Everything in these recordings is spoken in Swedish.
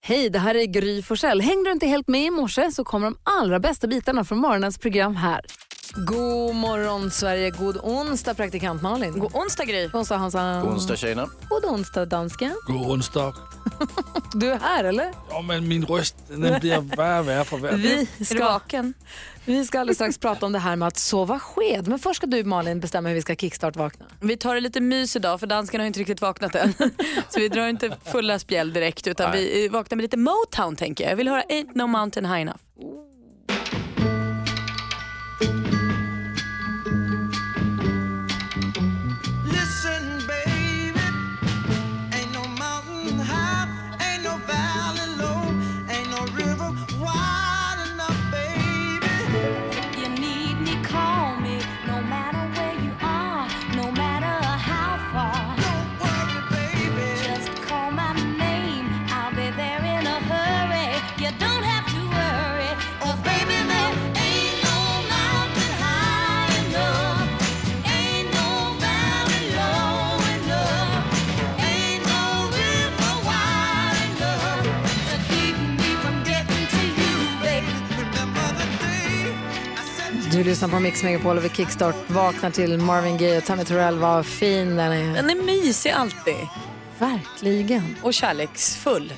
Hej, det här är Gry Forssell. Hängde du inte helt med i morse så kommer de allra bästa bitarna från morgonens program här. God morgon Sverige, god onsdag praktikant Malin. God onsdag Gry. God onsdag Hansa. Onsdag tjejerna. God onsdag dansken. God onsdag. Du är här eller? Ja, men min röst den blir värre och värre för varje dag. Vi ska, vi ska alldeles strax prata om det här med att sova sked. Men först ska du Malin bestämma hur vi ska kickstart-vakna. Vi tar det lite mys idag för danskarna har inte riktigt vaknat än. Så vi drar inte fulla spjäll direkt utan vi eh, vaknar med lite Motown tänker jag. Jag vill höra Ain't No Mountain High Enough. Listen, baby, ain't no mountain high, ain't no valley low, ain't no river wide enough, baby. You need me, call me, no matter where you are, no matter how far. Don't worry, baby. Just call my name, I'll be there in a hurry. You don't have to worry, 'cause Oh, baby, there ain't no mountain high enough, ain't no valley low enough, ain't no river wide enough to keep me from getting to you, baby. Remember the day I said you Du lyssnar på Mix Megapol och vi kickstart vaknar till Marvin Gaye och Tammy Terrell. Vad fin den är. Den är mysig alltid Verkligen. och kärleksfull.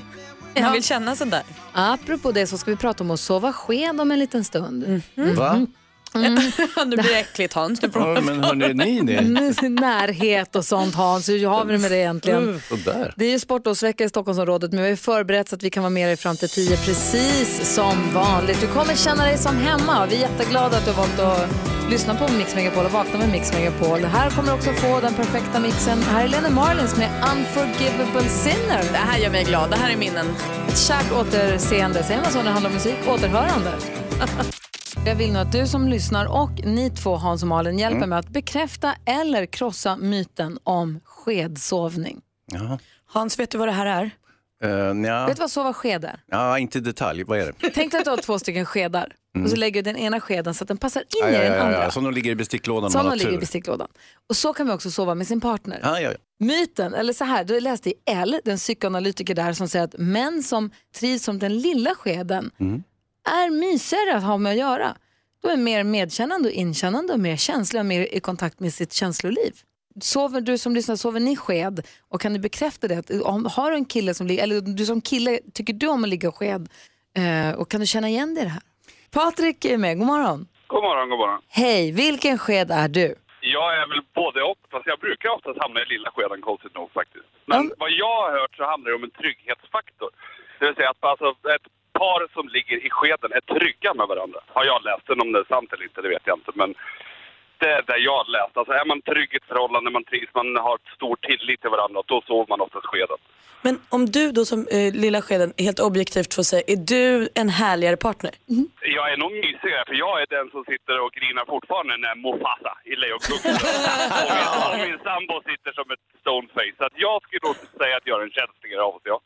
Man vill känna sån där. Apropå det så ska vi prata om att sova sked om en liten stund. Mm. Va? Mhm. nu blir det äckligt Hans. Nu Ja, men hörni, ni ni. Mm, sin närhet och sånt Hans, hur har vi det med det egentligen? Sådär. Det är ju sportlovsvecka i Stockholmsområdet men vi har ju förberett så att vi kan vara med dig fram till 10 precis som vanligt. Du kommer känna dig som hemma och vi är jätteglada att du har valt att lyssna på Mix Megapol och vakna med Mix Megapol. Här kommer du också få den perfekta mixen. Här är Lena Marlins med Unforgivable Sinner. Det här gör mig glad. Det här är minnen. Ett kärt återseende, säger man så när det handlar om musik? Återhörande. Jag vill nu att du som lyssnar och ni två, Hans och Malin, hjälper mig att bekräfta eller krossa myten om skedsovning. Ja. Hans, vet du vad det här är? Uh, nja. Vet du vad sova sked är? ja, inte i detalj. Vad är det? Tänk dig att du har två stycken skedar och så lägger du den ena skeden så att den passar in Mm. Ja, ja, i den ja, andra. ja. Som de ligger i besticklådan om Som man de har ligger i tur. besticklådan. Och så kan vi också sova med sin partner. Ja, ja, ja. Myten, eller så här, du läste i L, den psykoanalytiker där som säger att män som trivs som den lilla skeden Mm. är mysigare att ha med att göra. De är mer medkännande och inkännande och mer känsliga och mer i kontakt med sitt känsloliv. Sover du som lyssnar, sover ni sked? Och kan du bekräfta det? Att om, har du en kille som ligger, eller du som kille, tycker du om att ligga sked? Eh, och kan du känna igen dig i det här? Patrik är med, god morgon. God morgon, god morgon. Hej, vilken sked är du? Jag är väl både och, fast jag brukar oftast hamna i lilla skeden konstigt nog faktiskt. Men Mm. vad jag har hört så handlar det om en trygghetsfaktor. Det vill säga att alltså, ett par som ligger i skeden är trygga med varandra. Har jag läst den, om det är sant eller inte, det vet jag inte. Men det är där jag har läst. Alltså är man trygg i ett förhållande, man trivs, man har stor tillit till varandra, då sover man oftast skeden. Men om du då som eh, lilla skeden helt objektivt får säga, är du en härligare partner? Mm. Jag är nog mysigare, för jag är den som sitter och grinar fortfarande när Mufasa i Lejonkungen och, min- och min sambo sitter som ett stoneface. Så att jag skulle nog säga att jag är en känsligare av oss, ja.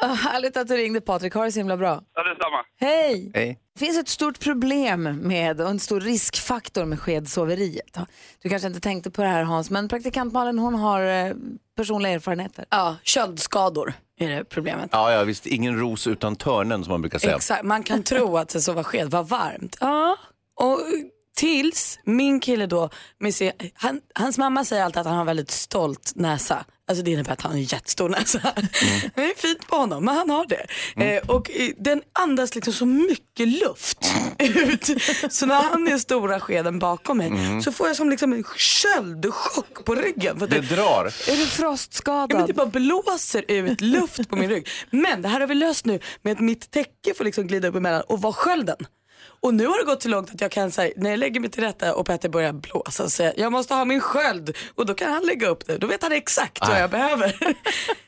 Ah, härligt att du ringde Patrik, ha det så himla bra. Ja, detsamma. Hej! Hej. Det finns ett stort problem med och en stor riskfaktor med skedsoveriet. Du kanske inte tänkte på det här Hans, men praktikant Malin hon har eh, personliga erfarenheter. Ja, köldskador är det problemet. Ja, ja, visst. Ingen ros utan törnen som man brukar säga. Exakt, man kan tro att det så var sked var varmt. Ja, och tills min kille då, med sin, han, hans mamma säger alltid att han har en väldigt stolt näsa. Alltså det innebär att han har en jättestor näsa. Det är fint på honom, men han har det. Eh, och eh, den andas liksom så mycket luft ut. Så när han är stora skeden bakom mig så får jag som liksom en köldchock på ryggen. För att Det drar. Är du Ja, men det frostskadad? bara blåser ut luft på min rygg. Men det här har vi löst nu med att mitt täcke får liksom glida upp emellan och vara skölden. Och nu har det gått så långt att jag kan säga när jag lägger mig till rätta och Petter börjar blåsa så säger jag, jag måste ha min sköld och då kan han lägga upp det. Då vet han exakt vad jag behöver.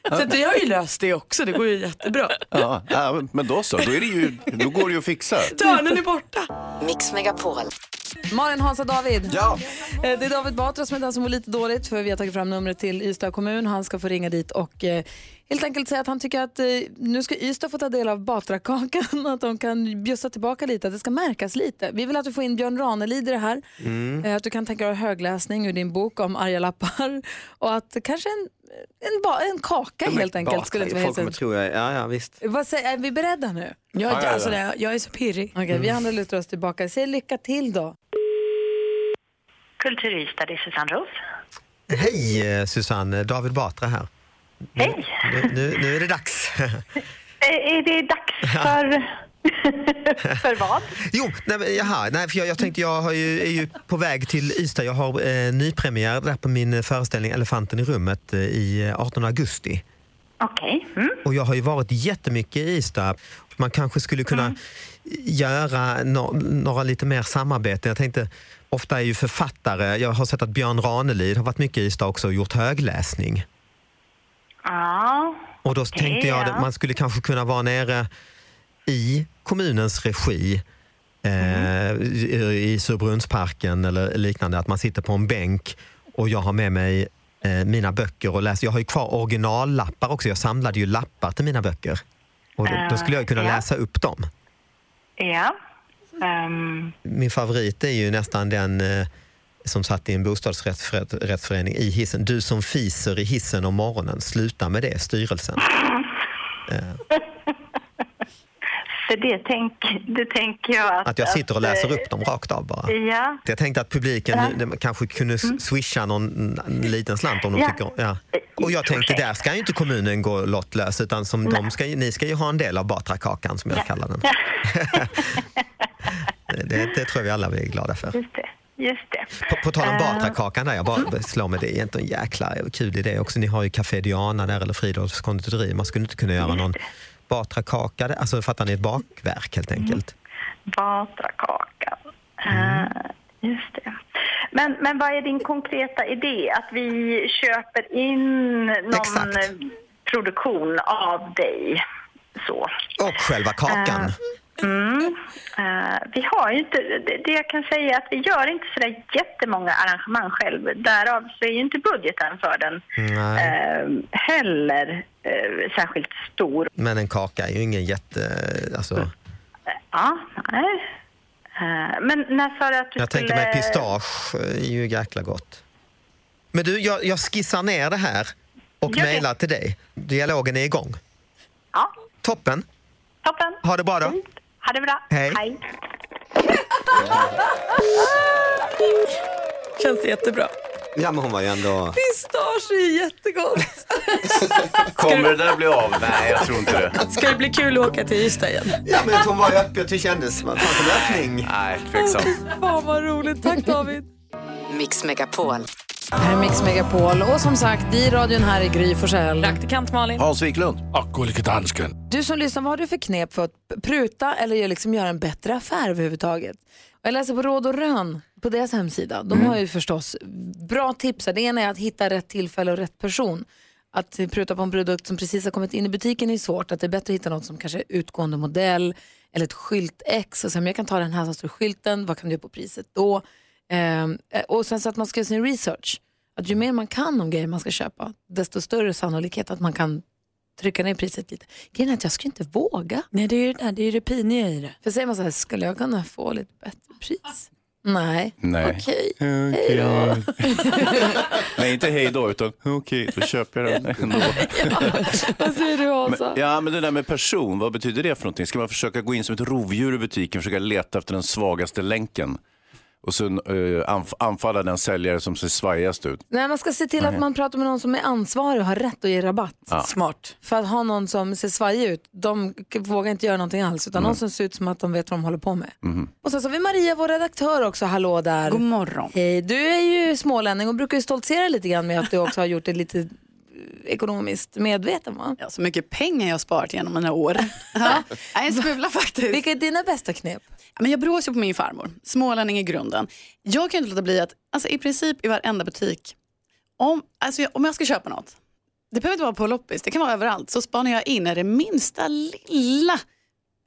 så att jag har ju löst det också, det går ju jättebra. Ja, ja, men då så. Då, är det ju, då går det ju att fixa. Törnen är borta. Mix Megapol. Malin, Hans och David. Ja. Eh, Det är David Batra som är den som mår lite dåligt för vi har tagit fram numret till Ystad kommun. Han ska få ringa dit och eh, helt enkelt säga att han tycker att eh, nu ska Ystad få ta del av Batrakakan och att de kan bjussa tillbaka lite. Att det ska märkas märkas lite. Vi vill att du får in Björn Ranelid i det här. Mm. Eh, Att du kan tänka dig högläsning ur din bok om arga lappar. Och att kanske en, en, ba, en kaka helt enkelt skulle inte vara Folk helt kommer sunt. tro jag, ja ja visst. Vad säger, är vi beredda nu? Jag, Ja, ja, ja. Alltså, det- jag är så pirrig. Okej, vi andra lutar oss tillbaka. Säg lycka till då. Kulturista, det är Susanne Ruff. Hej eh, Susanne, David Batra här. Hej! Nu, nu, nu är det dags. Eh, Är det dags för... för vad? Jo, nej, men, jaha, nej, för jag, jag tänkte jag har ju, är ju på väg till Ystad. Jag har eh, nypremiär där på min eh, föreställning Elefanten i rummet eh, i eh, 18 augusti. Okej. Mm. Och jag har ju varit jättemycket i Ystad. Man kanske skulle kunna Mm. göra no några lite mer samarbeten. Jag tänkte, ofta är ju författare, jag har sett att Björn Ranelid har varit mycket i Ystad också och gjort högläsning. Ja. Och då tänkte jag ja. att man skulle kanske kunna vara nere i kommunens regi eh, i- i Surbrunnsparken eller liknande. Att man sitter på en bänk och jag har med mig eh, mina böcker och läser. Jag har ju kvar originallappar också. Jag samlade ju lappar till mina böcker. Och då, då skulle jag kunna Eh, ja. läsa upp dem. Ja. Ehm, Min favorit är ju nästan den eh, som satt i en bostadsrättsförening i hissen. Du som fiser i hissen om morgonen, sluta med det, styrelsen. för det, tänk, det tänker jag att... Att jag sitter och läser att, eh, upp dem rakt av bara. Ja. Jag tänkte att publiken nu, de kanske kunde s- swisha någon n- liten slant om de Mm. Ja. tycker ja. Och jag tänkte, Projekt. där ska ju inte kommunen gå lottlös utan som de ska, ju- ni ska ju ha en del av Batrakakan som jag kallar den. Det, det tror jag vi alla blir glada för. Just det. Just det. På, på tal om Eh, Mm. Batrakakan, där jag bara slår mig, det är inte en jäkla kul idé också. Ni har ju Café Diana där eller Fridolfs konditori. Man skulle inte kunna göra någon Batrakaka, där? alltså fattar ni, ett bakverk helt enkelt. Batrakakan. Mm. Eh, just det. Men, men vad är din konkreta idé? Att vi köper in någon Exakt. eh, produktion av dig? Så. Och själva kakan. Eh, vi har ju inte, det, det jag kan säga är att vi gör inte så där jättemånga arrangemang själv. Därav så är ju inte budgeten för den Nej. eh, heller eh, särskilt stor. Mm. Men en kaka är ju ingen jätte... Alltså, Ja, nej. Eh, men när sa du att du jag skulle... tänker mig pistage eh, är ju jäkla gott. Men du, jag, jag skissar ner det här och Gör det. mejlar till dig. Dialogen är igång. Ja, Toppen! toppen. Ha det bra Mm. då. Ha det bra. Hej. Hej. Känns det jättebra. Ja, men hon var ju ändå... Pistage är jättegott. Kommer det där bli av? Nej, jag tror inte det. Ska det bli kul att åka till Ystad igen? Ja, men hon var ju öppen. Det kändes. Fanns en öppning. Nej, tveksamt. Fan vad roligt, tack David. Mix Megapol. Det här är Mix Megapol och som sagt i radion här är Gry Forssell. Praktikant Malin. Hans Wiklund. Och gullige dansken. Du som lyssnar, vad har du för knep för att pruta eller liksom göra en bättre affär överhuvudtaget? Och Jag läser på Råd och Rön på deras hemsida. De har ju förstås bra tips. här. Det ena är att hitta rätt tillfälle och rätt person. Att pruta på en produkt som precis har kommit in i butiken är svårt. Att det är bättre att hitta något som kanske är utgående modell eller ett skyltex. Och sen, men jag kan ta den här som står i skylten, vad kan du göra på priset då? Ehm, och sen så att man ska göra sin research. Att ju Mm. mer man kan om grejer man ska köpa, desto större sannolikhet att man kan trycka ner priset lite. Grejen är att jag skulle inte våga. Nej, det är ju det, där, det, är ju det piniga i det. För säger man så här, skulle jag kunna få lite bättre pris? Nej, Nej. okej. Hej då. Nej, inte hej då, utan okej, då köper jag den ändå. Vad säger du Åsa? Men, ja, men det där med person, vad betyder det för någonting? Ska man försöka gå in som ett rovdjur i butiken och försöka leta efter den svagaste länken? Och sen eh, anf- anfalla den säljare som ser svajigast ut. Nej, man ska se till att man pratar med någon som är ansvarig och har rätt att ge rabatt. Smart. För att ha någon som ser svajig ut, de k- vågar inte göra någonting alls, utan någon som ser ut som att de vet vad de håller på med. Och sen så har vi Maria, vår redaktör också, hallå där. God morgon. Hej, du är ju smålänning och brukar ju stoltsera lite grann med att du också har gjort det lite eh, ekonomiskt medveten va? Ja, så mycket pengar jag har sparat genom mina år. Ja, en smula faktiskt. Vilka är dina bästa knep? Ja, Men jag brås ju på min farmor. Smålänning i grunden. Jag kan ju inte låta bli att, alltså, i princip i varenda butik, om, alltså, jag- om jag ska köpa något, det behöver inte vara på loppis, det kan vara överallt, så spanar jag in är det minsta lilla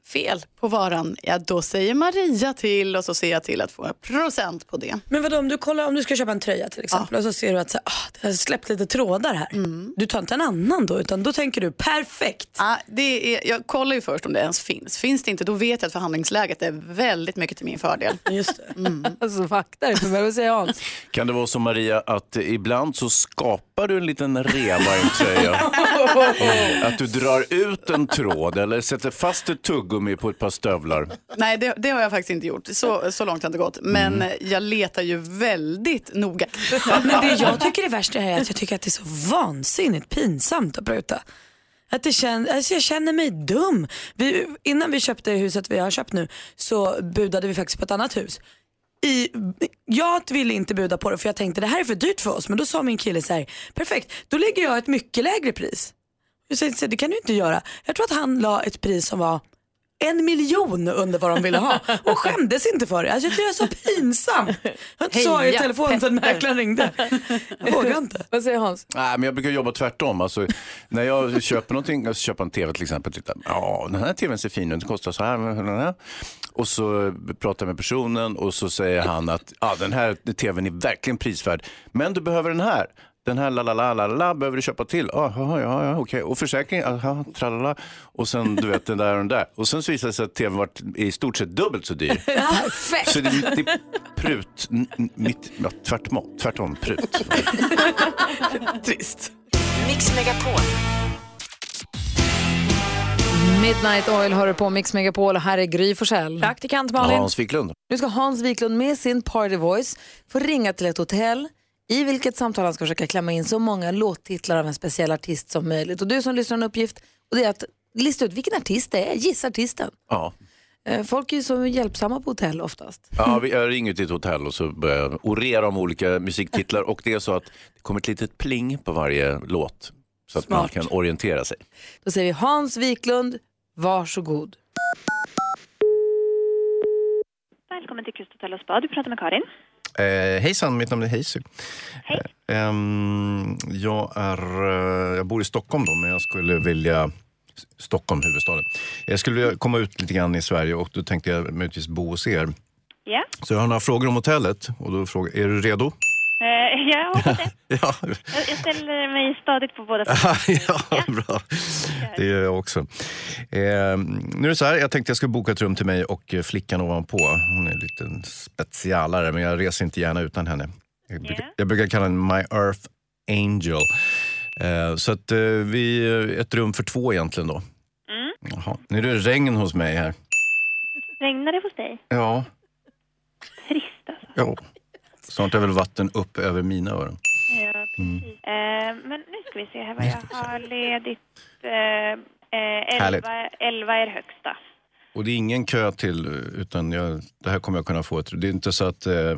fel på varan, ja då säger Maria till och så ser jag till att få en procent på det. Men vadå om du kollar om du ska köpa en tröja till exempel och så ser du att så, här, ah, det har släppt lite trådar här. Mm. Du tar inte en annan då utan då tänker du perfekt. Ja, det är, jag kollar ju först om det ens finns. Finns det inte, då vet jag att förhandlingsläget är väldigt mycket till min fördel. Mm. Just det. Alltså fakta är det för mig. Vad säger Hans? Kan det vara så Maria att eh, ibland så skapar du en liten reva i en tröja? Och att du drar ut en tråd eller sätter fast ett tuggummi på ett par stövlar? Nej, det, det har jag faktiskt inte gjort. Så, så långt har det inte gått. Men jag letar ju väldigt noga. Men det jag tycker är värst det här är att jag tycker att det är så vansinnigt pinsamt att pruta. Att det kän, alltså jag känner mig dum. Vi, innan vi köpte huset vi har köpt nu så budade vi faktiskt på ett annat hus. I, jag ville inte buda på det för jag tänkte det här är för dyrt för oss men då sa min kille så här, perfekt då lägger jag ett mycket lägre pris. Jag sa, så här, det kan du inte göra. Jag tror att han la ett pris som var en miljon under vad de ville ha och skämdes inte för det. Alltså, jag tycker det är så pinsamt. Jag har inte svarat i Heja, telefon sedan Petter. mäklaren ringde. Jag vågar inte. Vad säger Hans? Nej, men jag brukar jobba tvärtom. Alltså, när jag köper någonting, jag köper en tv till exempel, tittar, ja den här tvn ser fin ut, den kostar så här. men den här." Och så pratar jag med personen och så säger han att ja, den här tvn är verkligen prisvärd, men du behöver den här. Den här la la la la la behöver du köpa till. Ah, ja, ja, ja, okej. Och försäkring, aha, tralala. Och sen du vet den där och den där. Och sen så visade det sig att tvn var i stort sett dubbelt så dyr. Perfekt! Så det är mitt prut, n- n- mitt, ja, tvärtom, tvärtom prut. Trist. Mix Megapol. Midnight Oil har du på Mix Megapol och här är Gry Forssell. Praktikant Hans Wiklund. Nu ska Hans Wiklund med sin party voice få ringa till ett hotell i vilket samtal han ska försöka klämma in så många låttitlar av en speciell artist som möjligt. Och du som lyssnar har en uppgift och det är att lista ut vilken artist det är, gissa artisten. Ja. Eh, Folk är ju så hjälpsamma på hotell oftast. Ja, vi- jag ringer till ett hotell och så börjar jag orera om olika musiktitlar och det är så att det kommer ett litet pling på varje låt så att man kan orientera sig. Då säger vi Hans Wiklund, varsågod. Välkommen till Kusthotell och Spa. Du pratar med Karin. Eh, hejsan, mitt namn är Hazy. Eh, ehm, jag, är, eh, jag bor i Stockholm, då, men jag skulle vilja... Stockholm, huvudstaden. Jag skulle vilja komma ut lite grann i Sverige och då tänkte jag möjligtvis bo hos er. Ja, Så jag har några frågor om hotellet. Och då frågar, är du redo? eh, jag hoppas det. Ja, Jag, jag ställer mig stadigt på båda sidor. ja bra. Det gör jag också. Ehm, nu är det så här, jag tänkte jag skulle boka ett rum till mig och eh, flickan ovanpå. Hon är en liten specialare, men jag reser inte gärna utan henne. Jag brukar, jag brukar kalla henne My Earth Angel. Eh, så att eh, vi, eh, ett rum för två egentligen då. Mm. Jaha. Nu är det regn hos mig här. Regnar det hos dig? Ja. Trist alltså. Ja. Snart är väl vatten upp över mina öron. Mm. Ja, precis. Eh, men nu ska vi se här vad jag har ledigt. Eh, eh, Härligt. 11, 11 är högsta. Och det är ingen kö till, utan jag, det här kommer jag kunna få. Ett, det är inte så att eh, eh,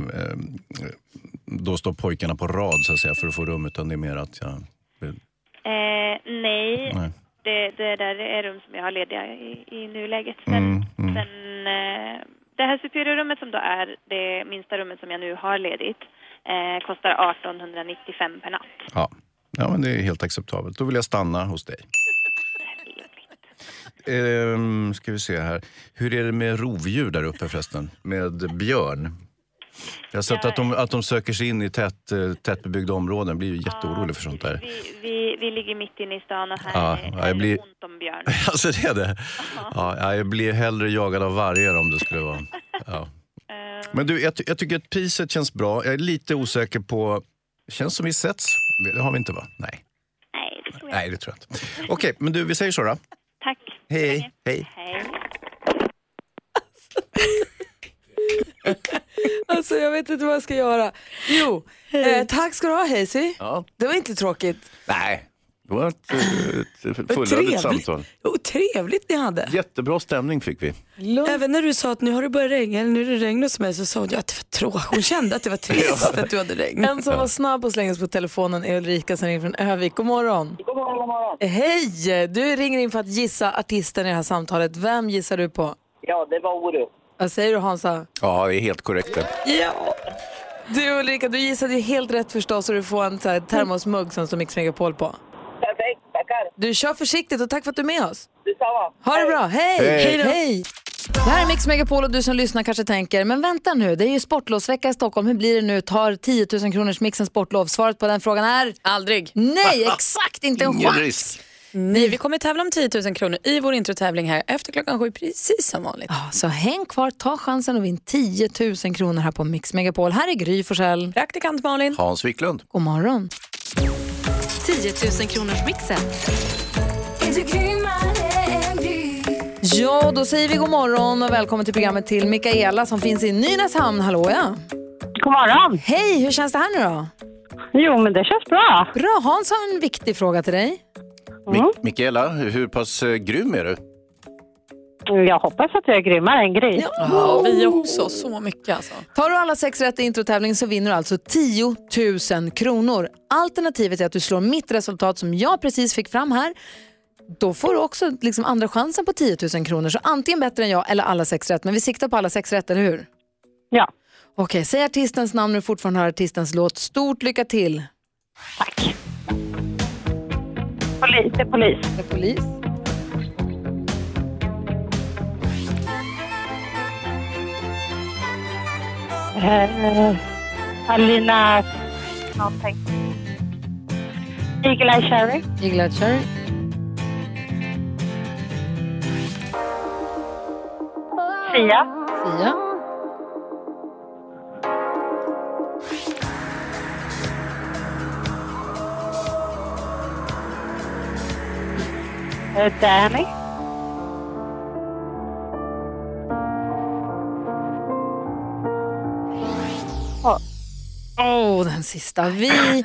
då står pojkarna på rad så att säga, för att få rum, utan det är mer att jag... Eh, nej, Nej. Det, det där är rum som jag har lediga i, i nuläget. Mm, mm. Sen, eh, det här superiorrummet som då är det minsta rummet som jag nu har ledigt eh, kostar 1895 per natt. Ja. ja, men det är helt acceptabelt. Då vill jag stanna hos dig. Ehm, ska vi se här. Hur är det med rovdjur där uppe förresten? Med björn? Jag har sett att de, att de söker sig in i tätt, eh, tättbebyggda områden. Jag blir ju jätteorolig för sånt där. Vi, vi, vi ligger mitt inne i stan och här Ja, är ja, jag blir... ont om björn. Alltså det är det? Ja, ja, jag blir hellre jagad av vargar om det skulle vara. Ja. Eh. Men du, jag, ty- jag tycker att priset känns bra. Jag är lite osäker på... Känns som vi setts. Det har vi inte va? Nej. Nej, det tror jag, Nej, det tror jag inte. Okej, men du, vi säger så då. Tack. Hej, hej. Hej. Alltså jag vet inte vad jag ska göra. Jo, eh, tack ska du ha Hazy. Ja. Det var inte tråkigt. Nej, det var ett, eh, ett fullödigt trevligt. samtal. Och trevligt ni hade. Jättebra stämning fick vi. Även när du sa att nu har det börjat regna, eller nu är det regn hos mig, så sa hon att det var tråkigt. Hon kände att det var trist att du hade regn. En som var snabb och slängdes på telefonen är Ulrika som ringer från Övik. God morgon. Eh, God morgon, god morgon. Hej! Du ringer in för att gissa artisten i det här samtalet. Vem gissar du på? Ja, det var Orup. Vad säger du Hansa? Ja, det är helt korrekt det. Ja. Du Ulrika, du gissade ju helt rätt förstås och du får en så här termosmugg som står Mix Megapol på. Perfekt, tack. tackar. Du kör försiktigt och tack för att du är med oss. Detsamma. Ha det bra, hej! Hej. Hej då. Hej. Det här är Mix Megapol och du som lyssnar kanske tänker, men vänta nu, det är ju sportlovsvecka i Stockholm, hur blir det nu, tar 10 000 kronors mixen sportlov? Svaret på den frågan är... Aldrig. Nej, exakt inte en chans. Nej, vi kommer tävla om 10 000 kronor i vår introtävling här efter klockan sju, precis som vanligt. Ja, Så häng kvar, ta chansen och vinn 10 000 kronor här på Mix Megapol. Här är Gry Forssell. Praktikant Malin. Hans Wiklund. God morgon. 10 000 kronors mixen. Är du grymmare än Gry? Ja, då säger vi god morgon och välkommen till programmet till Mikaela som finns i Nynäshamn. Hallå ja! God morgon! Hej, hur känns det här nu då? Jo, men det känns bra. Bra, Hans har en viktig fråga till dig. Mi- Mikaela, hur pass eh, grym är du? Jag hoppas att jag är grymmare än Gry. Ja, vi också, så mycket alltså. Tar du alla sex rätt i introtävlingen så vinner du alltså 10 000 kronor. Alternativet är att du slår mitt resultat som jag precis fick fram här. Då får du också liksom andra chansen på 10 000 kronor. Så antingen bättre än jag eller alla sex rätt. Men vi siktar på alla sex rätt, eller hur? Ja. Okej, säg artistens namn när du fortfarande hör artistens låt. Stort lycka till! Polis, det är polis. Det är polis. Eh, Alina... Någonting. Eagle Eye Cherry. Eagle Eye Cherry. Sia. Sia. Eh, Danny. Åh, den sista. Vi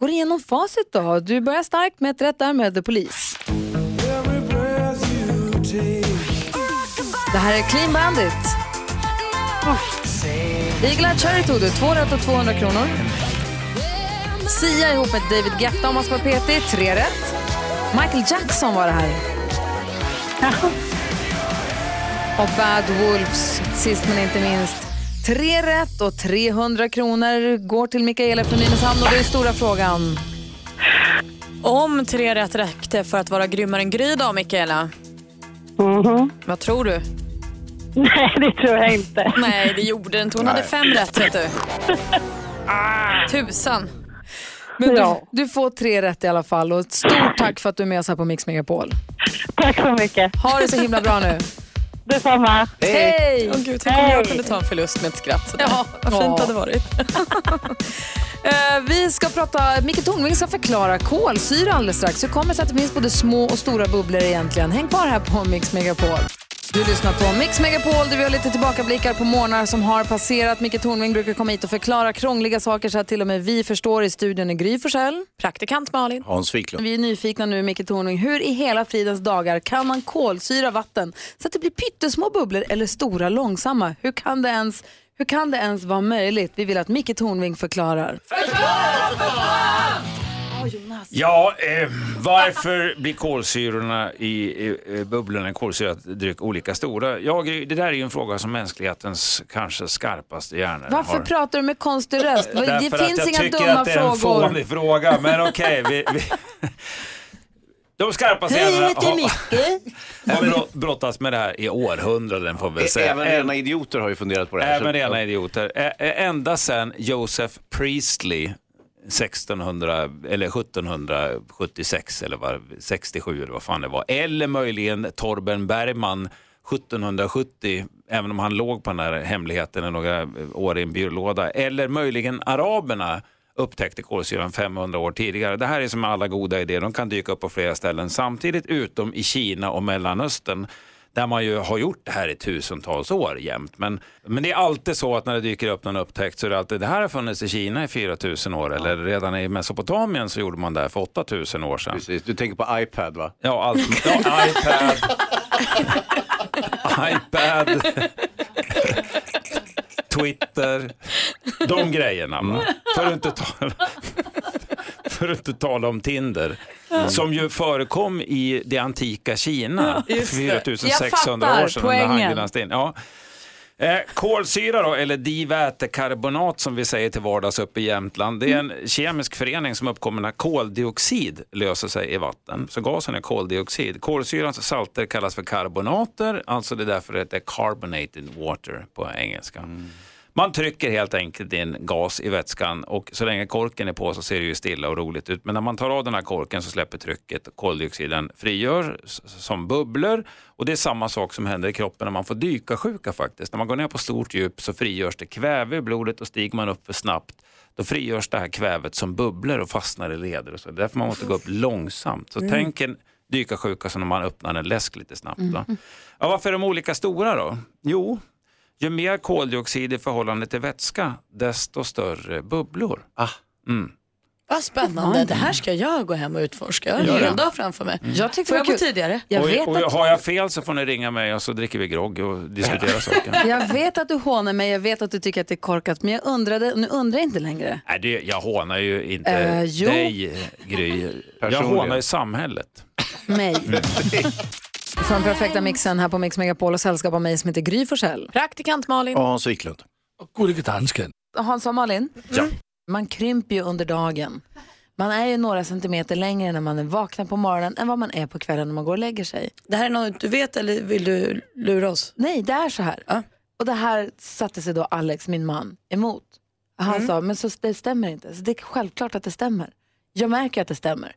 går igenom facit då. Du börjar starkt med ett rätt där med The Police. Det här är Clean Bandit. Eagle Eye Cherry tog du. Två rätt och 200 kronor. Sia ihop med David Guetta om man ska vara petig. Tre rätt. Michael Jackson var det här. Och Bad Wolves sist men inte minst. Tre rätt och 300 kronor går till Mikaela från Nynäshamn och det är stora frågan. Om tre rätt räckte för att vara grymmare än Gry då, Mikaela, Mm-hmm. vad tror du? Nej, det tror jag inte. Nej, det gjorde det inte. Hon hade Nej. fem rätt, vet du. Tusan. Men Ja. du, du får tre rätt i alla fall och ett stort tack för att du är med oss här på Mix Megapol. Tack så mycket. Ha det så himla bra nu. Detsamma. Hej! Åh gud, tänk om jag Hej. kunde ta en förlust med ett skratt. sådär. Ja, vad fint ja. det hade varit. Eh, vi ska prata, Micke Tornving ska förklara kolsyra alldeles strax. Hur kommer det sig att det finns både små och stora bubblor egentligen? Häng kvar här på Mix Megapol. Du lyssnar på Mix Megapol där vi har lite tillbakablickar på morgnar som har passerat. Micke Tornving brukar komma hit och förklara krångliga saker så att till och med vi förstår i studion i Gry Forssell. Praktikant Malin. Hans Wiklund. Vi är nyfikna nu, Micke Tornving. Hur i hela fridens dagar kan man kolsyra vatten så att det blir pyttesmå bubblor eller stora långsamma? Hur kan det ens, hur kan det ens vara möjligt? Vi vill att Micke Tornving förklarar. Ja, eh, varför blir kolsyrorna i eh, bubblorna i kolsyrat dryck olika stora? Ja, Gry, det där är ju en fråga som mänsklighetens kanske skarpaste hjärnor Varför har. pratar du med konstig röst? Det Därför att finns jag inga tycker dumma att det är en frågor. fånig fråga, men okej. vi, vi... De skarpaste Hej, jag hjärnorna heter har, Micke. har brott- brottats med det här i århundraden får vi väl säga. E- Även rena idioter har ju funderat på det här. Även så- rena idioter. Ä- ä- Ända sedan Joseph Priestley 1600, eller 1776 eller vad, 67 eller vad fan det var. Eller möjligen Torben Bergman 1770, även om han låg på den här hemligheten i några eh, år i en byrålåda. Eller möjligen araberna upptäckte kolsyran 500 år tidigare. Det här är som med alla goda idéer, de kan dyka upp på flera ställen samtidigt, utom i Kina och Mellanöstern där man ju har gjort det här i tusentals år jämt. Men, men det är alltid så att när det dyker upp någon upptäckt så är det alltid det här har funnits i Kina i 4000 år eller redan i Mesopotamien så gjorde man det här för 8000 år sedan. Precis, du tänker på iPad va? Ja, allt, ja iPad. iPad. Twitter. De grejerna. Va? För, att inte tala, för att inte tala om Tinder. Som ju förekom i det antika Kina Ja, just det. 4600 år Jag sedan fattar under poängen. Han dynastin. Ja. Eh, kolsyra då, eller divätekarbonat som vi säger till vardags uppe i Jämtland. Det är en Mm. kemisk förening som uppkommer när koldioxid löser sig i vatten. Så gasen är koldioxid. Kolsyrans salter kallas för karbonater, alltså det är därför det heter carbonated water på engelska. Mm. Man trycker helt enkelt in gas i vätskan och så länge korken är på så ser det ju stilla och roligt ut. Men när man tar av den här korken så släpper trycket och koldioxiden frigör s- som bubblor. Och det är samma sak som händer i kroppen när man får dyka sjuka faktiskt. När man går ner på stort djup så frigörs det kväve i blodet och stiger man upp för snabbt då frigörs det här kvävet som bubblor och fastnar i leder. Och så. Det är därför man måste gå upp långsamt. Så Mm. tänk en dyka sjuka som när man öppnar en läsk lite snabbt. Va? Mm. Ja, varför är de olika stora då? Jo, ju mer koldioxid i förhållande till vätska, desto större bubblor. Mm. Vad spännande. Det här ska jag gå hem och utforska. Jag har Gör en det. hel dag framför mig. Mm. Jag tyckte Får jag gå tidigare? och, och Har jag fel så får ni ringa mig och så dricker vi grogg och diskuterar saken. Jag vet att du hånar mig, jag vet att du tycker att det är korkat, men jag undrade, och nu undrar jag inte längre. Nej, det, jag hånar ju inte Eh, jo. dig, Gry. Jag Personligen. hånar ju samhället. Mig. Från perfekta mixen här på Mix Megapol och sällskap av mig som heter Gry Forssell. Praktikant Malin. Hans Wiklund. Gullige dansken. Hans och Malin, Ja. man krymper ju under dagen. Man är ju några centimeter längre när man är vaken på morgonen än vad man är på kvällen när man går och lägger sig. Det här är något du vet eller vill du lura oss? Nej, det är så här. Och det här satte sig då Alex, min man, emot. Han Mm. sa, men så det stämmer inte. Så det är självklart att det stämmer. Jag märker att det stämmer.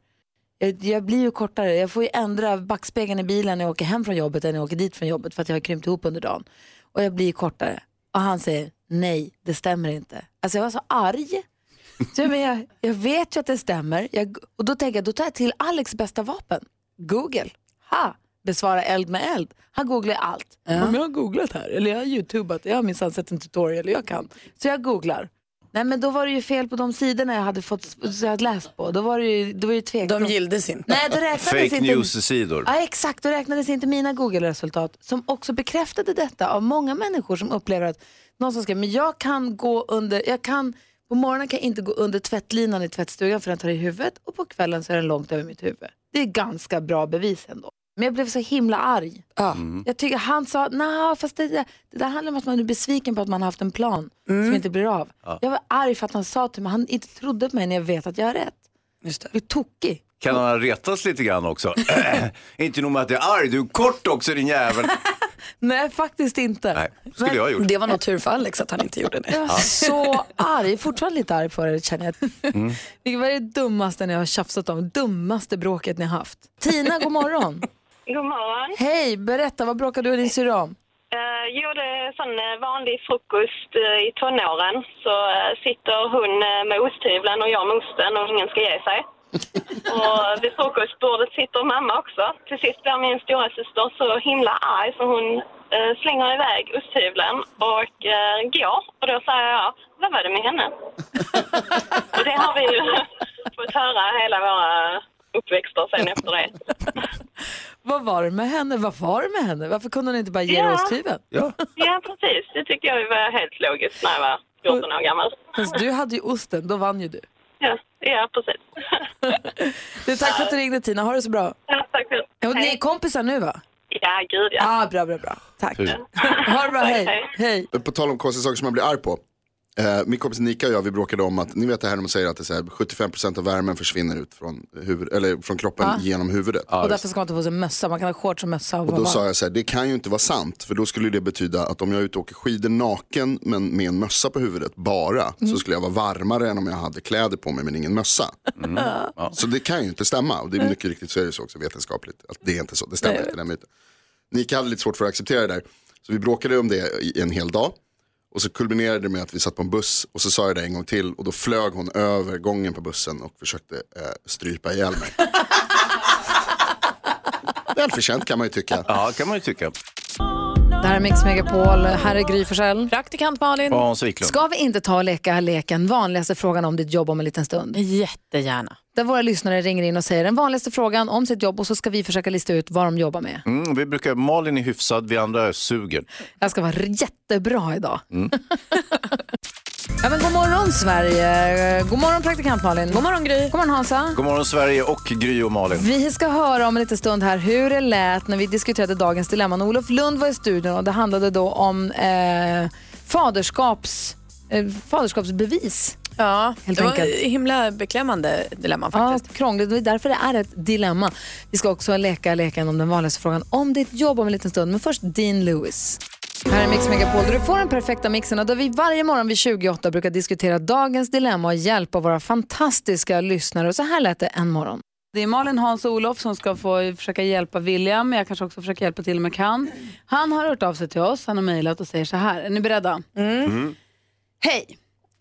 Jag, jag blir ju kortare. Jag får ju ändra backspegeln i bilen när jag åker hem från jobbet än när jag åker dit från jobbet för att jag har krympt ihop under dagen. Och jag blir kortare. Och han säger, nej, det stämmer inte. Alltså jag var så arg. Så, jag, men jag, jag vet ju att det stämmer. Jag, och då tänker jag, då tar jag till Alex bästa vapen. Google. Ha! Besvara eld med eld. Han googlar allt. Om jag har googlat här, eller jag har youtubat, jag har minsann sett en tutorial, jag kan. Så jag googlar. Nej men då var det ju fel på de sidorna jag hade fått, så jag hade läst på. Då var det ju, då var det ju tveksamt. De gilldes inte. Nej, då räknades Fake inte. news-sidor. Ja, exakt, då räknades inte mina Google-resultat som också bekräftade detta av många människor som upplever att någon som skrev, men jag kan gå under, jag kan, på morgonen kan jag inte gå under tvättlinan i tvättstugan för den tar i huvudet och på kvällen så är den långt över mitt huvud. Det är ganska bra bevis ändå. Men jag blev så himla arg. Mm. Jag tycker han sa, nej fast det, där- det där handlar om att man är besviken på att man har haft en plan Mm. som inte blir av. Ja. Jag var arg för att han sa till mig, han inte trodde på mig när jag vet att jag har rätt. Just det. Jag är tokig. Kan han ha retats lite grann också? inte nog med att jag är arg, du är kort också din jävel. Nej, faktiskt inte. Nej, skulle jag ha gjort. Det var nog tur för Alex att han inte gjorde det. Jag var så arg, Jag är fortfarande lite arg på det känner jag. Mm. Vilket var det dummaste ni har tjafsat om? Dummaste bråket ni har haft? Tina, god morgon. God morgon. Hej, berätta, vad bråkade du och din syrra om? Eh, gjorde sån eh, vanlig frukost eh, i tonåren. Så eh, sitter hon eh, med osthyveln och jag med osten och ingen ska ge sig. och vid frukostbordet sitter mamma också. Till sist blir min stora syster så himla arg så hon eh, slänger iväg osthyveln och eh, går. Och då säger jag, vad var det med henne? och det har vi ju fått höra hela våra uppväxter sen efter det. Vad var det med henne? Vad var det med henne? Varför kunde hon inte bara ge dig Ja. osthyveln? Ja, precis. Det tycker jag ju var helt logiskt när jag var 14 år gammal. Fast du hade ju osten, då vann ju du. Ja, ja precis. du tack för att du ringde Tina, ha det så bra. Ja, tack själv. Och ni är kompisar nu va? Ja, gud ja. Ah, bra, bra, bra. Tack. Ha det bra, hej. hej. På tal om konstiga saker som man blir arg på. Eh, min kompis Nika och jag vi bråkade om att, ni vet det här när man säger att det är så här, 75% av värmen försvinner ut från, huvud, eller från kroppen Ja. genom huvudet. och därför ska man inte få sig mössa, man kan ha shorts och mössa. Och då sa jag så här, det kan ju inte vara sant. För då skulle det betyda att om jag är ute och åker skidor naken men med en mössa på huvudet bara. Mm. Så skulle jag vara varmare än om jag hade kläder på mig men ingen mössa. Mm. Så det kan ju inte stämma. Och det är mycket riktigt så är det så också vetenskapligt. Att det är inte så, det stämmer Nej. inte. Den myten. Nika hade lite svårt för att acceptera det där. Så vi bråkade om det i en hel dag. Och så kulminerade det med att vi satt på en buss och så sa jag det en gång till och då flög hon över gången på bussen och försökte eh, strypa ihjäl mig. Välförtjänt kan man ju tycka. Ja, kan man ju tycka. Det här är Mix Megapol, här är Gry Forssell. Praktikant Malin. Och Hans Wiklund. Ska vi inte ta och leka leken vanligaste frågan om ditt jobb om en liten stund? Jättegärna. Där våra lyssnare ringer in och säger den vanligaste frågan om sitt jobb och så ska vi försöka lista ut vad de jobbar med. Mm, vi brukar, Malin är hyfsad, vi andra suger. Jag ska vara jättebra idag. Mm. Ja, men god morgon Sverige, god morgon praktikant Malin. God morgon Gry. God morgon Hansa. God morgon Sverige och Gry och Malin. Vi ska höra om en liten stund här hur det lät när vi diskuterade dagens dilemma. När Olof Lund var i studion och det handlade då om eh, faderskaps, eh, faderskapsbevis. Ja, Helt det enkelt. var ett himla beklämmande dilemma faktiskt. Ja, krångligt. Det är därför det är ett dilemma. Vi ska också leka leken om den vanligaste frågan om ditt jobb om en liten stund. Men först Dean Lewis. Här är Mix Megapol där du får den perfekta mixen och där vi varje morgon vid 28 brukar diskutera dagens dilemma och hjälpa våra fantastiska lyssnare. Och så här lät det en morgon. Det är Malin, Hans och Olof som ska få försöka hjälpa William. Jag kanske också försöker hjälpa till om jag kan. Han har hört av sig till oss, han har mejlat och säger så här. Är ni beredda? Mm. Mm. Hej!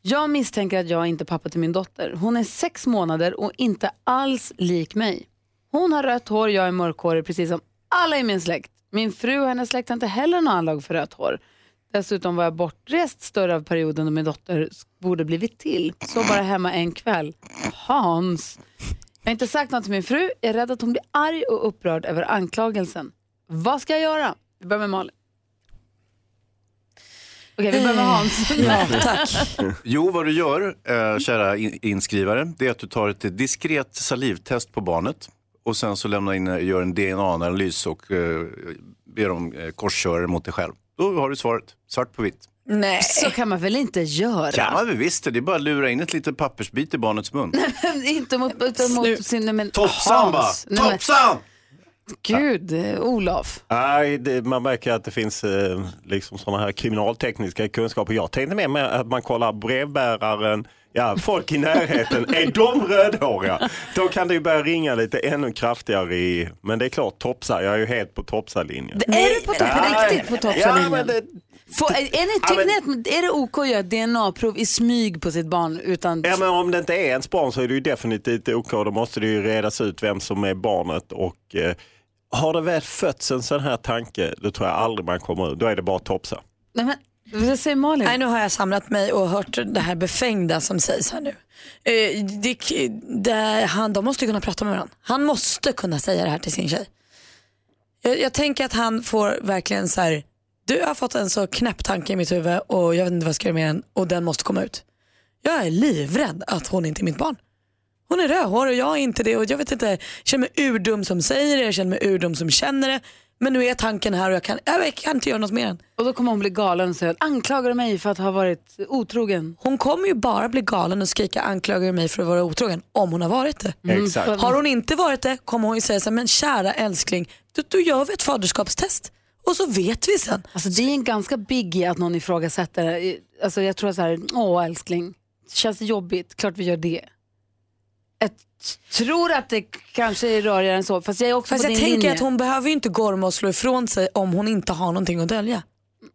Jag misstänker att jag inte är pappa till min dotter. Hon är sex månader och inte alls lik mig. Hon har rött hår, jag är mörkhårig precis som alla i min släkt. Min fru och hennes släkt har inte heller någon anlag för rött hår. Dessutom var jag bortrest större av perioden då min dotter borde blivit till. Så bara hemma en kväll. Hans. Jag har inte sagt något till min fru. Jag är rädd att hon blir arg och upprörd över anklagelsen. Vad ska jag göra? Vi börjar med Malin. Okej, vi börjar med Hans. Jo, vad du gör, eh, kära in- inskrivare, det är att du tar ett diskret salivtest på barnet och sen så lämnar in, eh, gör en DNA-analys och eh, ber dem eh, korsköra det mot dig själv. Då har du svaret, svart på vitt. Nej. Så kan man väl inte göra? Kan man väl visst det, det är bara att lura in ett litet pappersbit i barnets mun. inte mot, utan mot sin... nej, Men, Toppsan bara! Hans. Nej, men- Toppsan! Gud, eh, Olof. Nej, det, man märker att det finns eh, liksom sådana här kriminaltekniska kunskaper. Jag tänkte mer med att man kollar brevbäraren, ja, folk i närheten, är de rödhåriga? Då kan det ju börja ringa lite ännu kraftigare i, men det är klart topsar, jag är ju helt på topsarlinjen. Är du på, topp- på Nej. riktigt på Ja, men toppsalinjen? det- Får- är, är, ni- tycker ni att- är det OK att göra ett DNA-prov i smyg på sitt barn utan... Ja, men om det inte är ens barn så är det ju definitivt OK. Då måste det ju redas ut vem som är barnet. Och, eh, har det väl fötts en sån här tanke, då tror jag aldrig man kommer ur. Då är det bara topsa. Nej, men, vad säger Malin? Nej, nu har jag samlat mig och hört det här befängda som sägs här nu. Eh, det, det, han, de måste ju kunna prata med varandra. Han måste kunna säga det här till sin tjej. Jag, jag tänker att han får verkligen så här, du har fått en så knäpp tanke i mitt huvud och jag vet inte vad jag ska göra med den och den måste komma ut. Jag är livrädd att hon inte är mitt barn. Hon är rödhårig och jag är inte det och jag vet inte, jag känner mig urdum som säger det, jag känner mig urdum som känner det. Men nu är tanken här och jag kan, jag kan inte göra något mer än. Och då kommer hon bli galen och säga, anklagar du mig för att ha varit otrogen? Hon kommer ju bara bli galen och skrika anklagar mig för att vara otrogen om hon har varit det. Mm. Exakt. Har hon inte varit det kommer hon ju säga så här, men kära älskling, då, då gör vi ett faderskapstest och så vet vi sen. Alltså det är en ganska biggie att någon ifrågasätter. det. Alltså jag tror så här, åh älskling, känns det jobbigt? Klart vi gör det. Jag tror att det kanske är rörigare än så, fast jag är också Fast på jag din tänker linje. att hon behöver ju inte gorma och slå ifrån sig om hon inte har någonting att dölja.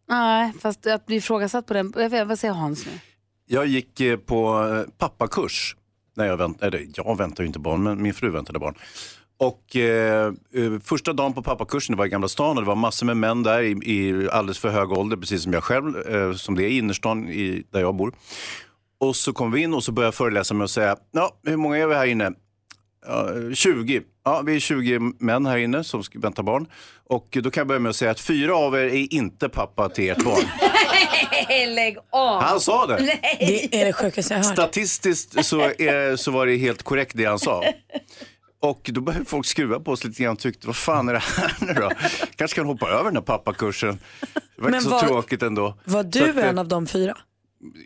Nej, fast att bli ifrågasatt på den, jag vet, vad säger Hans nu? Jag gick eh, på eh, pappakurs. När jag, vänt, eller, jag väntar ju inte barn, men min fru väntade barn. Och eh, eh, första dagen på pappakursen, det var i Gamla stan och det var massor med män där i, i alldeles för hög ålder, precis som jag själv, eh, som det är i innerstan i, där jag bor. Och så kom vi in och så började jag föreläsa med att säga, ja, hur många är vi här inne? Ja, 20. Ja, vi är 20 män här inne som ska vänta barn. Och då kan jag börja med att säga att fyra av er är inte pappa till ert barn. Lägg av! Han sa det. Nej. Det är det sjukaste jag har hört. Statistiskt så, är, så var det helt korrekt det han sa. Och då började folk skruva på oss lite grann och tyckte, vad fan är det här nu då? Kanske kan hoppa över den här pappakursen. Det verkar Men så var- tråkigt ändå. Var Så du att, eh, en av de fyra?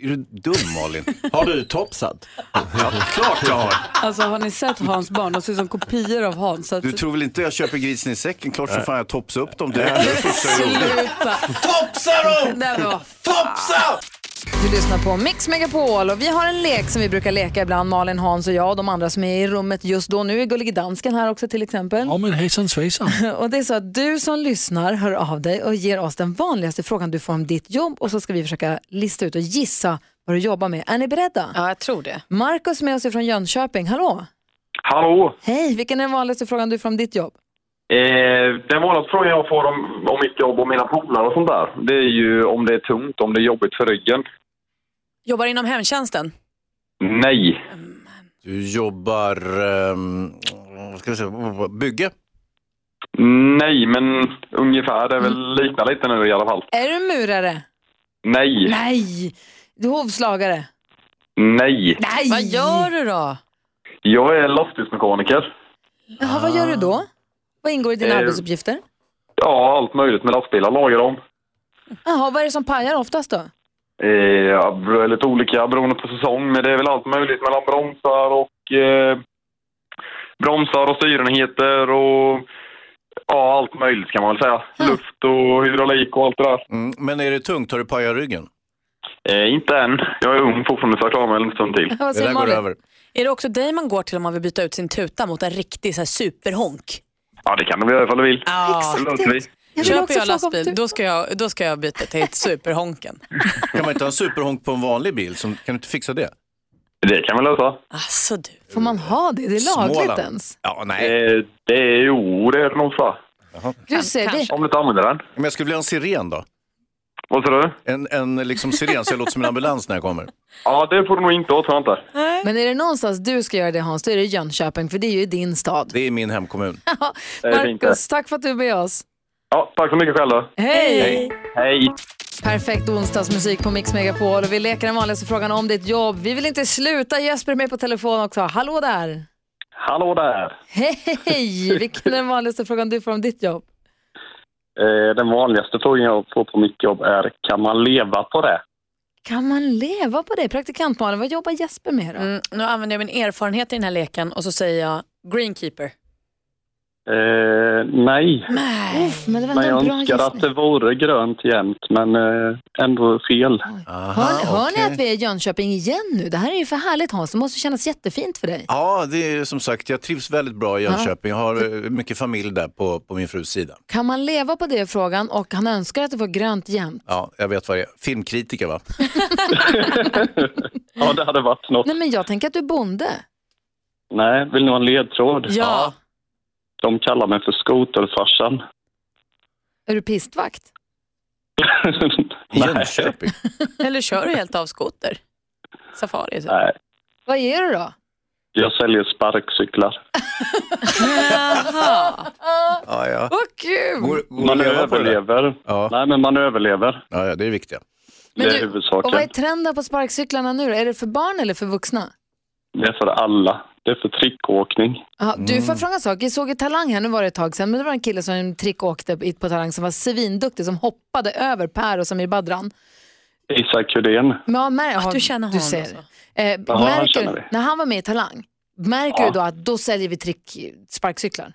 Är du dum Malin? Har du topsat? Ja, klart jag har. Alltså har ni sett Hans barn? De ser ut som kopior av Hans. Så att... Du tror väl inte jag köper grisen i säcken? Klart som fan jag topsar upp dem direkt. Det är det första jag gjorde. Sluta! Topsa dem! Nej, men vad Topsa! Du lyssnar på Mix Megapol och vi har en lek som vi brukar leka ibland, Malin, Hans och jag och de andra som är i rummet just då. Nu är Gullige Dansken här också till exempel. Ja men hejsan svejsan. Och det är så att du som lyssnar hör av dig och ger oss den vanligaste frågan du får om ditt jobb och så ska vi försöka lista ut och gissa vad du jobbar med. Är ni beredda? Ja, jag tror det. Markus med oss ifrån Jönköping, hallå! Hallå! Hej, vilken är den vanligaste frågan du får om ditt jobb? Eh, den vanligaste frågan jag får om, om mitt jobb och mina polare och sånt där, det är ju om det är tungt, om det är jobbigt för ryggen. Jobbar inom hemtjänsten? Nej. Du jobbar, ehm, vad ska vi säga, bygge? Nej, men Mm. ungefär. Det är väl liknar lite nu i alla fall. Är du murare? Nej. Nej! Du är hovslagare. Nej, Nej! Vad gör du då? jag är lastbilsmekaniker. Jaha, vad gör du då? Vad ingår i dina Eh, arbetsuppgifter? Ja, allt möjligt med lastbilar lagar om. Jaha, vad är det som pajar oftast då? Eh, ja, det är lite olika beroende på säsong, men det är väl allt möjligt mellan bromsar och eh, bromsar och styrenheter och ja, allt möjligt kan man väl säga. Luft och hydraulik och allt det där. Mm, men är det tungt? Har du pajat ryggen? Eh, inte än. Jag är ung fortfarande så jag klarar mig en stund till. Vad säger Det där går Malin? över. Är det också dig man går till om man vill byta ut sin tuta mot en riktig så här, superhonk? Ja, det kan det bli ifall du vill. Exakt Det låter vi. Jag vill Köper också jag fråga om lastbil, då ska jag, då ska jag byta till superhonken. Kan man inte ha en superhonk på en vanlig bil? Som, kan du inte fixa det? Det kan vi lösa. Alltså du. Får man ha det? Det är lagligt Småland. ens. Ja, nej. Eh, det är, jo, det är det nog så. Du ser, det, Om du inte använder den. Men jag skulle vilja ha en siren då. Vad sa du? En, en liksom siren så jag låter som en ambulans när jag kommer. Ja, det får du nog inte ha tror jag inte. Men är det någonstans du ska göra det Hans, då är det Jönköping, för det är ju din stad. Det är min hemkommun. Det är det inte. Marcus, tack för att du är med oss. Ja, tack så mycket själv då. Hej! Hej! Perfekt onsdagsmusik på Mix Megapol. Och vi leker den vanligaste frågan om ditt jobb. Vi vill inte sluta. Jesper är med på telefon också. Hallå där! Hallå där! Hej! Vilken är den vanligaste frågan du får om ditt jobb? Eh, den vanligaste frågan jag får på mitt jobb är, kan man leva på det? Kan man leva på det? Praktikant Malin, vad jobbar Jesper med då? Mm, nu använder jag min erfarenhet i den här leken och så säger jag greenkeeper. Eh, nej, Uff, men det var men ändå jag en bra önskar att gissning. det vore grönt jämt, men eh, ändå fel. Hör, hör ni att vi är i Jönköping igen nu? Det här är ju för härligt Hans, det måste kännas jättefint för dig. Ja, det är som sagt, jag trivs väldigt bra i Jönköping. Jag har eh, mycket familj där på, på min frus sida. Kan man leva på det är frågan och han önskar att det var grönt jämt. Ja, jag vet vad det är. Filmkritiker va? Ja, det hade varit något. Nej men jag tänker att du är bonde. Nej, vill ni ha en ledtråd? Ja. De kallar mig för skoterfarsan. Är du pistvakt? Jönköping? Eller kör du helt av skoter? Safari. Så. Nej, Vad är du då? jag säljer sparkcyklar. Jaha. Ja, ja. Vad kul! man överlever. Nej, men man överlever. Ja, ja det är viktiga. Det är Och vad är huvudsaken. trenden på sparkcyklarna nu då? Är det för barn eller för vuxna? Det är för alla. Det är för trickåkning. Jaha, Mm. Du får fråga en sak. Jag såg i Talang här, nu var det ett tag sedan, men det var en kille som trickåkte i- på Talang som var svinduktig som hoppade över Per och Samir Badran. Isak Hydén. Men jag mär- Att du känner du honom ser. alltså. Eh, Ja, han märker, känner vi. när han var med i Talang, märker Ja. du då att då säljer vi trick, sparkcyklar?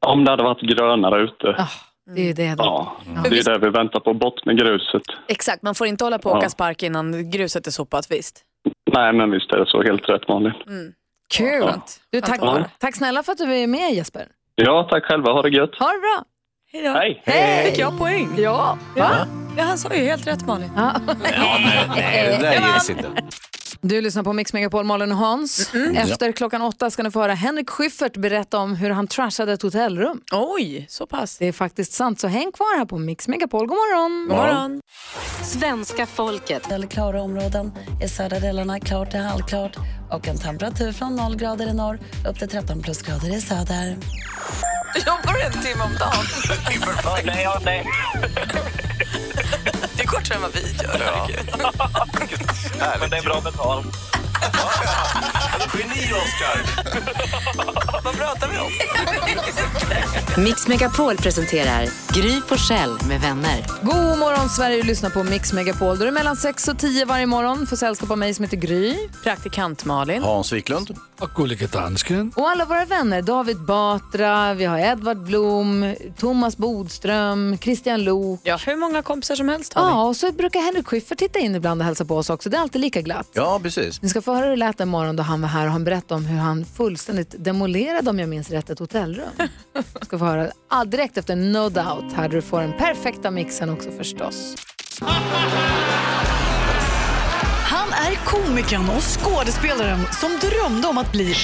Om det hade varit grönare ute. Det Mm. är ju Ah, det då. Ja, det är det vi väntar på. Bort med gruset. Exakt, man får inte hålla på och Ja. åka spark innan gruset är sopat, visst? Nej, men visst är det så. Helt rätt, Malin. Mm. Kul! Du, tack, Ja. tack snälla för att du är med Jesper. Ja, tack själva. Ha det gött. Ha det bra! Hej då. Hej. Hej. Fick jag poäng? Ja. Va? Ja, han sa ju helt rätt Malin. Ja. Nej, det där gills inte. Du lyssnar på Mix Megapol, Malin och Hans. Efter klockan åtta ska ni få höra Henrik Schyffert berätta om hur han trashade ett hotellrum. Oj, så pass. Det är faktiskt sant, så häng kvar här på Mix Megapol. God morgon! God morgon. Svenska folket. Eller klara områden. I södra delarna klart till halvklart. Och en temperatur från 0 grader i norr upp till 13 plusgrader i söder. Jobbar du en timme om dagen? nej, ja, nej. Det är kortare än vad vi gör. Ja. Men det är bra betalt. Geni, Oskar! Vad pratar vi om? Mix Megapol presenterar Gry Forssell med vänner. God morgon Sverige, du lyssnar på Mix Megapol. Då är det mellan 6 och 10 varje morgon. Får sällskap av mig som heter Gry. Praktikant Malin. Hans Wiklund. Och gulliga dansken. Och alla våra vänner, David Batra, vi har Edvard Blom, Thomas Bodström, Christian Lok. Ja, hur många kompisar som helst har vi. Ja, och så brukar Henrik Schyffert titta in ibland och hälsa på oss också. Det är alltid lika glatt. Ja, precis. Ni ska få höra hur det lät en morgon då han var här och han berättade om hur han fullständigt demolerade, om jag minns rätt, ett hotellrum. Ni ska få höra ah, direkt efter No Doubt här du får den perfekta mixen också förstås. Han är komikern och skådespelaren som drömde om att bli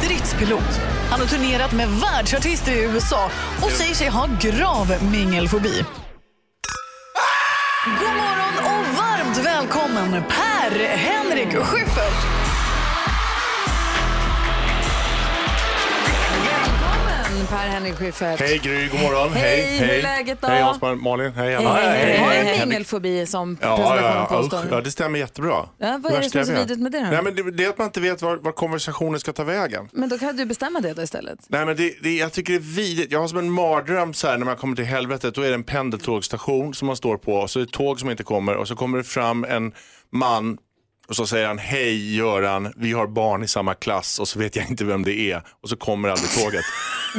stridspilot. Han har turnerat med världsartister i USA och säger sig ha grav mingelfobi. God morgon och varmt välkommen Per-Henrik Schyffert! Men Per-Henrik Schyffert. Hej Gry, god morgon. Hej, Hej, hur är läget då? Hej Hans Malin, hej Anna. Har du mingelfobi som Ja, ja, presentationen ja, påstår? usch, ja, det stämmer jättebra. Ja, vad är det Värsta som är så jag vet. vidrigt med det då? Nej, men det, det är att man inte vet var, var konversationen ska ta vägen. Men då kan du bestämma det då istället. Nej, men det, det, jag tycker det är vidrigt. Jag har som en mardröm så här, när man kommer till helvetet. Då är det en pendeltågstation som man står på och så är det ett tåg som inte kommer och så kommer det fram en man och så säger han hej Göran, vi har barn i samma klass och så vet jag inte vem det är och så kommer aldrig tåget.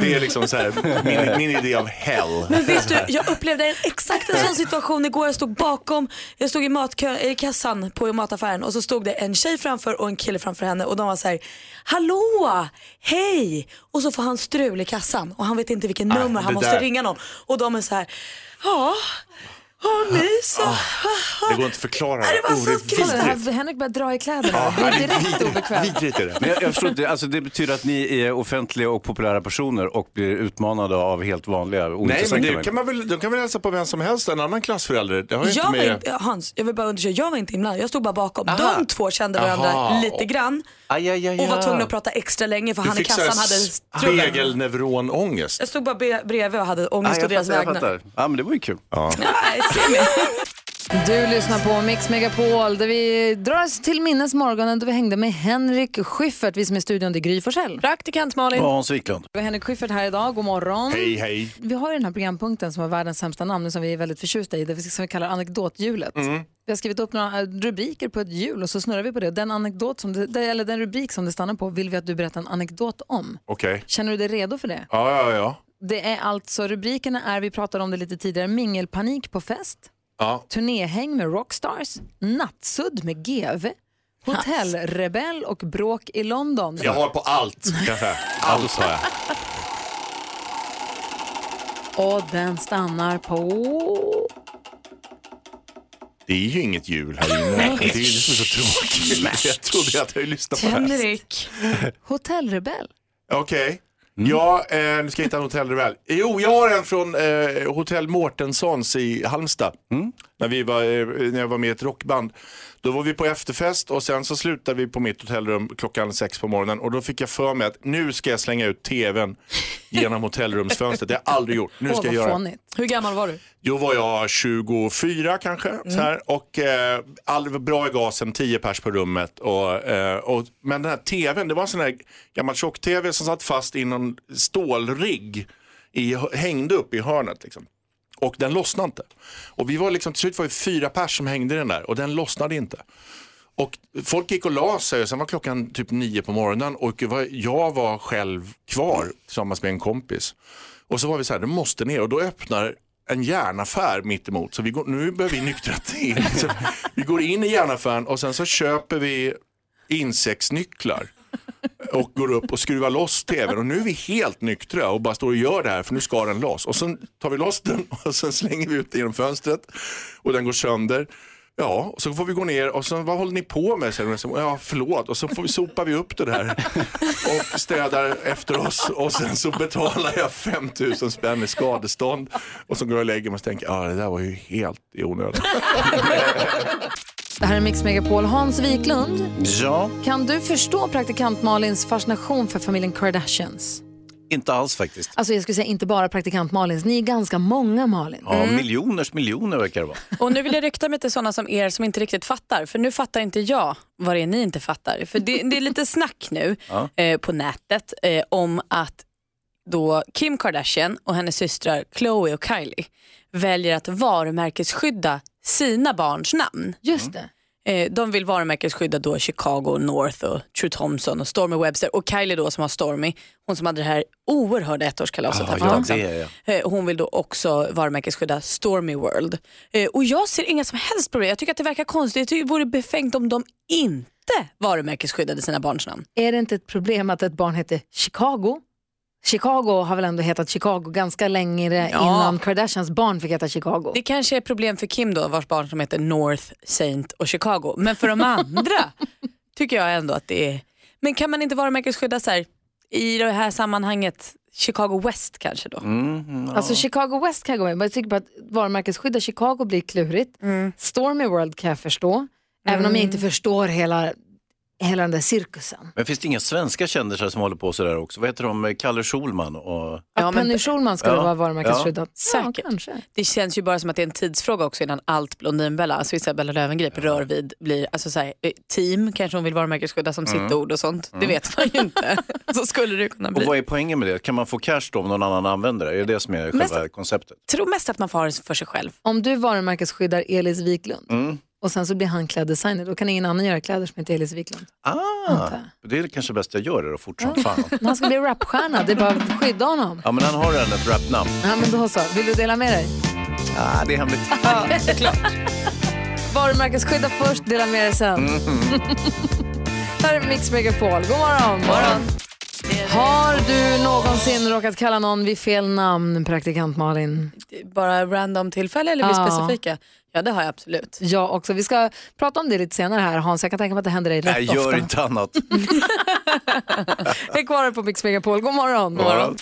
Det är liksom så här, min, min idé av hell. Men vet du, jag upplevde en exakt en sån situation igår. Jag stod bakom, jag stod i matkö, i kassan på mataffären och så stod det en tjej framför och en kille framför henne och de var så här: hallå, hej! Och så får han strul i kassan och han vet inte vilken Ah, nummer, det han måste där. ringa någon. Och de är så här: ja, ja ni så. Ah, Det går inte att förklara. Det var så Kolla, här, Henrik börjar dra i kläderna. det är direkt obekvämt. Vidrigt är det. Men jag, jag förstår inte, alltså det betyder att ni är offentliga och populära personer och blir utmanade av helt vanliga Nej, men ointressanta det kan man väl, de kan väl hälsa på vem som helst, en annan klassförälder. Det har ju Jag inte var med... inte, Hans, jag vill bara undersöka, jag var inte inblandad. Jag stod bara bakom. De två kände varandra Aha. lite grann Aj, aj, aj, och var aj. tvungna att prata extra länge för Du han i fick kassan så hade här strul. Spegelneuronångest. Jag stod bara be- bredvid och hade ångest Ah, å jag deras fattar, jag vägnar. fattar. Ja, men det var ju kul. Nej, se mig. Du lyssnar på Mix Megapol där vi drar oss till minnes morgonen då vi hängde med Henrik Schyffert, vi som är i studion, det är Gry Forssell. Praktikant Malin. Och Hans Wiklund. Vi har Henrik Schyffert här idag, god morgon. Hej, hej. Vi har ju den här programpunkten som har världens sämsta namn och som vi är väldigt förtjusta i, det vi- som vi kallar anekdothjulet. Mm. Vi har skrivit upp några eh, rubriker på ett hjul och så snurrar vi på det. Den, anekdot som det, eller den rubrik som det stannar på vill vi att du berättar en anekdot om. Okej. Känner du dig redo för det? Ja, ja, ja. Det är alltså, rubrikerna är, vi pratade om det lite tidigare, mingelpanik på fest, ja. turnéhäng med rockstars, nattsudd med GV, hotellrebell och bråk i London. Jag har på allt, kan jag säga. Allt har jag. Och den stannar på... Det är ju inget jul här inne. Nej. Det är ju det som är så tråkigt. Jag trodde att jag lyssnade på det här. Hotellrebell. Okej. Ja, eh, nu ska jag hitta en hotellrebell. Jo, jag har en från eh, Hotell Mårtenssons i Halmstad. Mm. När, vi var, eh, när jag var med i ett rockband. Då var vi på efterfest och sen så slutade vi på mitt hotellrum klockan sex på morgonen. Och då fick jag för mig att nu ska jag slänga ut tvn genom hotellrumsfönstret. Det har jag aldrig gjort. Nu Åh, ska jag vad göra det. fånigt. Hur gammal var du? Då var jag 24 kanske. Så här, och eh, all, bra i gasen, 10 pers på rummet. Och, eh, och, men den här tvn, det var en sån här gammal tjock-tv som satt fast i någon stålrigg. I, hängde upp i hörnet liksom. Och den lossnade inte. Och vi var liksom, till slut var vi fyra pers som hängde i den där och den lossnade inte. Och folk gick och la sig och sen var klockan typ nio på morgonen och var- jag var själv kvar tillsammans med en kompis. Och så var vi så här, det måste ner och då öppnar en järnaffär mitt emot. Så vi går, nu börjar vi nyktra till. Så vi går in i järnaffären och sen så köper vi insektsnycklar och går upp och skruvar loss tvn och nu är vi helt nyktra och bara står och gör det här för nu ska den loss. Och sen tar vi loss den och sen slänger vi ut den genom fönstret och den går sönder. Ja, och så får vi gå ner och så vad håller ni på med? säger de. Så, Ja, förlåt. Och så får vi, sopar vi upp det där och städar efter oss och sen så betalar jag 5000 spänn i skadestånd och så går jag och lägger mig och tänker, ja det där var ju helt i onödan. Det här är Mix Megapol. Hans Wiklund, Ja, kan du förstå praktikant Malins fascination för familjen Kardashians? inte alls faktiskt. Alltså jag skulle säga inte bara praktikant Malins, ni är ganska många Malin. Ja, miljoners miljoner verkar det vara. Och nu vill jag rikta mig till sådana som er som inte riktigt fattar. För nu fattar inte jag vad det är ni inte fattar. För det, det är lite snack nu Ja. eh, på nätet eh, om att då Kim Kardashian och hennes systrar Khloe och Kylie väljer att varumärkesskydda sina barns namn. Just det. Eh, de vill varumärkesskydda då Chicago North och True Thompson och Stormy Webster och Kylie då som har Stormy, hon som hade det här oerhörda ettårskalaset här för ett tag sedan. är jag. Eh, Hon vill då också varumärkesskydda Stormy World. Eh, Och jag ser inga som helst problem. Jag tycker att det verkar konstigt. Jag tycker det vore befängt om de inte varumärkesskyddade sina barns namn. Är det inte ett problem att ett barn heter Chicago? Chicago har väl ändå hetat Chicago ganska länge Ja. innan Kardashians barn fick heta Chicago. Det kanske är problem för Kim då, vars barn som heter North, Saint och Chicago. Men för de andra tycker jag ändå att det är... Men kan man inte varumärkesskydda så här, i det här sammanhanget, Chicago West kanske då? Mm. Alltså Chicago West kan jag gå med men jag tycker bara att varumärkesskydda Chicago blir klurigt. Stormy World kan jag förstå, även om jag inte förstår hela hela den där cirkusen. Men finns det inga svenska kändisar som håller på sådär också? Vad heter de? Kalle Schulman och... Ja, Penny Schulman skulle Ja. vara varumärkesskyddat. Säkert. Det känns ju bara som att det är en tidsfråga också innan allt Blondinbella, alltså Isabella Löwengrip, rör vid, blir, alltså så här, eh, team kanske hon vill varumärkesskydda som Mm. sitt ord och sånt. Mm. Det vet man ju inte. Så skulle det kunna Och bli. vad är poängen med det? Kan man få cash då om någon annan använder det? Är det det som är själva Mest- konceptet? Tror mest att man får ha det för sig själv. Om du varumärkesskyddar Elis Wiklund Mm. och sen så blir han kläddesigner, då kan ingen annan göra kläder som inte Elis Wiklund. Ah, det är kanske bäst jag gör det då fort som fan. När han ska bli rapstjärna, det är bara att skydda honom. Ja, men han har redan ett rapnamn. Ja, men då så. Vill du dela med dig? Ah, det är hemligt. Varumärkesskydda först, dela med dig sen. Mm-hmm. Här är Mix Megapol. God morgon. Har du någonsin råkat kalla någon vid fel namn, praktikant Malin? Bara random tillfälle eller bli Ja. specifika? Ja det har jag absolut. Jag också. Vi ska prata om det lite senare här Hans. Jag kan tänka mig att det händer dig rätt Nej, gör ofta. inte annat. Häng kvar här på Mix Megapol. God morgon. God morgon.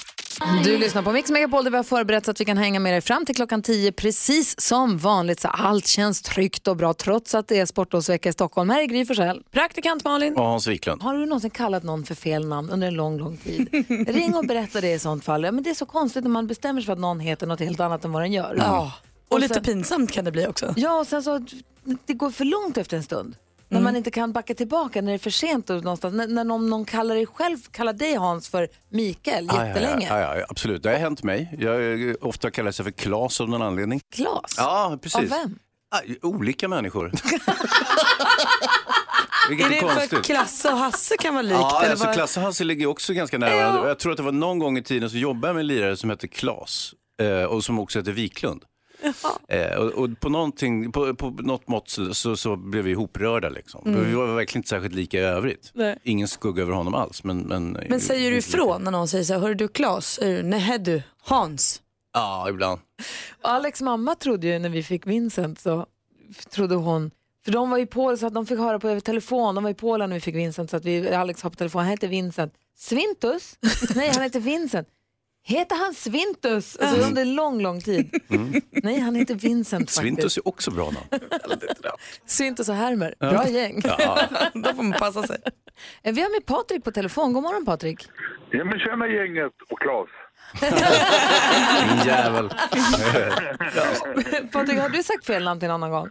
Du lyssnar på Mix Megapol där vi har förberett så att vi kan hänga med dig fram till klockan 10 precis som vanligt. Så allt känns tryggt och bra trots att det är sportlovsvecka i Stockholm. Här är Gry Forssell. Praktikant Malin. Och Hans Wiklund. Har du någonsin kallat någon för fel namn under en lång, lång tid? Ring och berätta det i sånt fall. Ja, men det är så konstigt när man bestämmer sig för att någon heter något helt annat än vad den Mm. gör. Ja. Och, lite pinsamt kan det bli också. Ja, och sen så det går för långt efter en stund. När man inte kan backa tillbaka, när det är för sent. Och någonstans. När, när någon, någon kallar dig själv, kallar dig Hans för Mikael jättelänge. Ja, ja, ja, absolut. Det har hänt mig. Jag eh, ofta kallas jag för Klas av någon anledning. Klas? Ja, precis. Av vem? Ah, Olika människor. Vilket Är är, det för konstigt. Klasse och Hasse kan vara likt? Ja, eller alltså vad- Klass och Hasse ligger också ganska nära varandra. Och Jag tror att det var någon gång i tiden så jobbade jag med en lirare som hette Klas eh, och som också hette Wiklund. Eh, och, och på, någonting, på, på något mått så, så, så blev vi ihoprörda. Liksom. Mm. Vi var verkligen inte särskilt lika i övrigt. Nej. Ingen skugga över honom alls. Men, men, Men säger du ifrån när någon säger så här, hörru du Klas, säger du, nej du, Hans. Ja, ibland. Och Alex mamma trodde ju när vi fick Vincent så trodde hon, för de var ju i Polen så att de fick höra på över telefon, de var i Polen när vi fick Vincent så att vi, Alex har på telefon, han heter Vincent. Svintus? Nej, han heter Vincent. Heter han Svintus? Alltså under lång, lång tid. Nej, han heter Vincent faktiskt. Mm. Svintus är också bra namn. Svintus och Hermer, Ja. bra gäng. Eh, Ja. Då får man passa sig. Vi har med Patrik på telefon, god morgon Patrik. Ja, men tjena gänget och Claes. Din jävel. Eh. Patrik, har du sagt fel namn till en annan gång?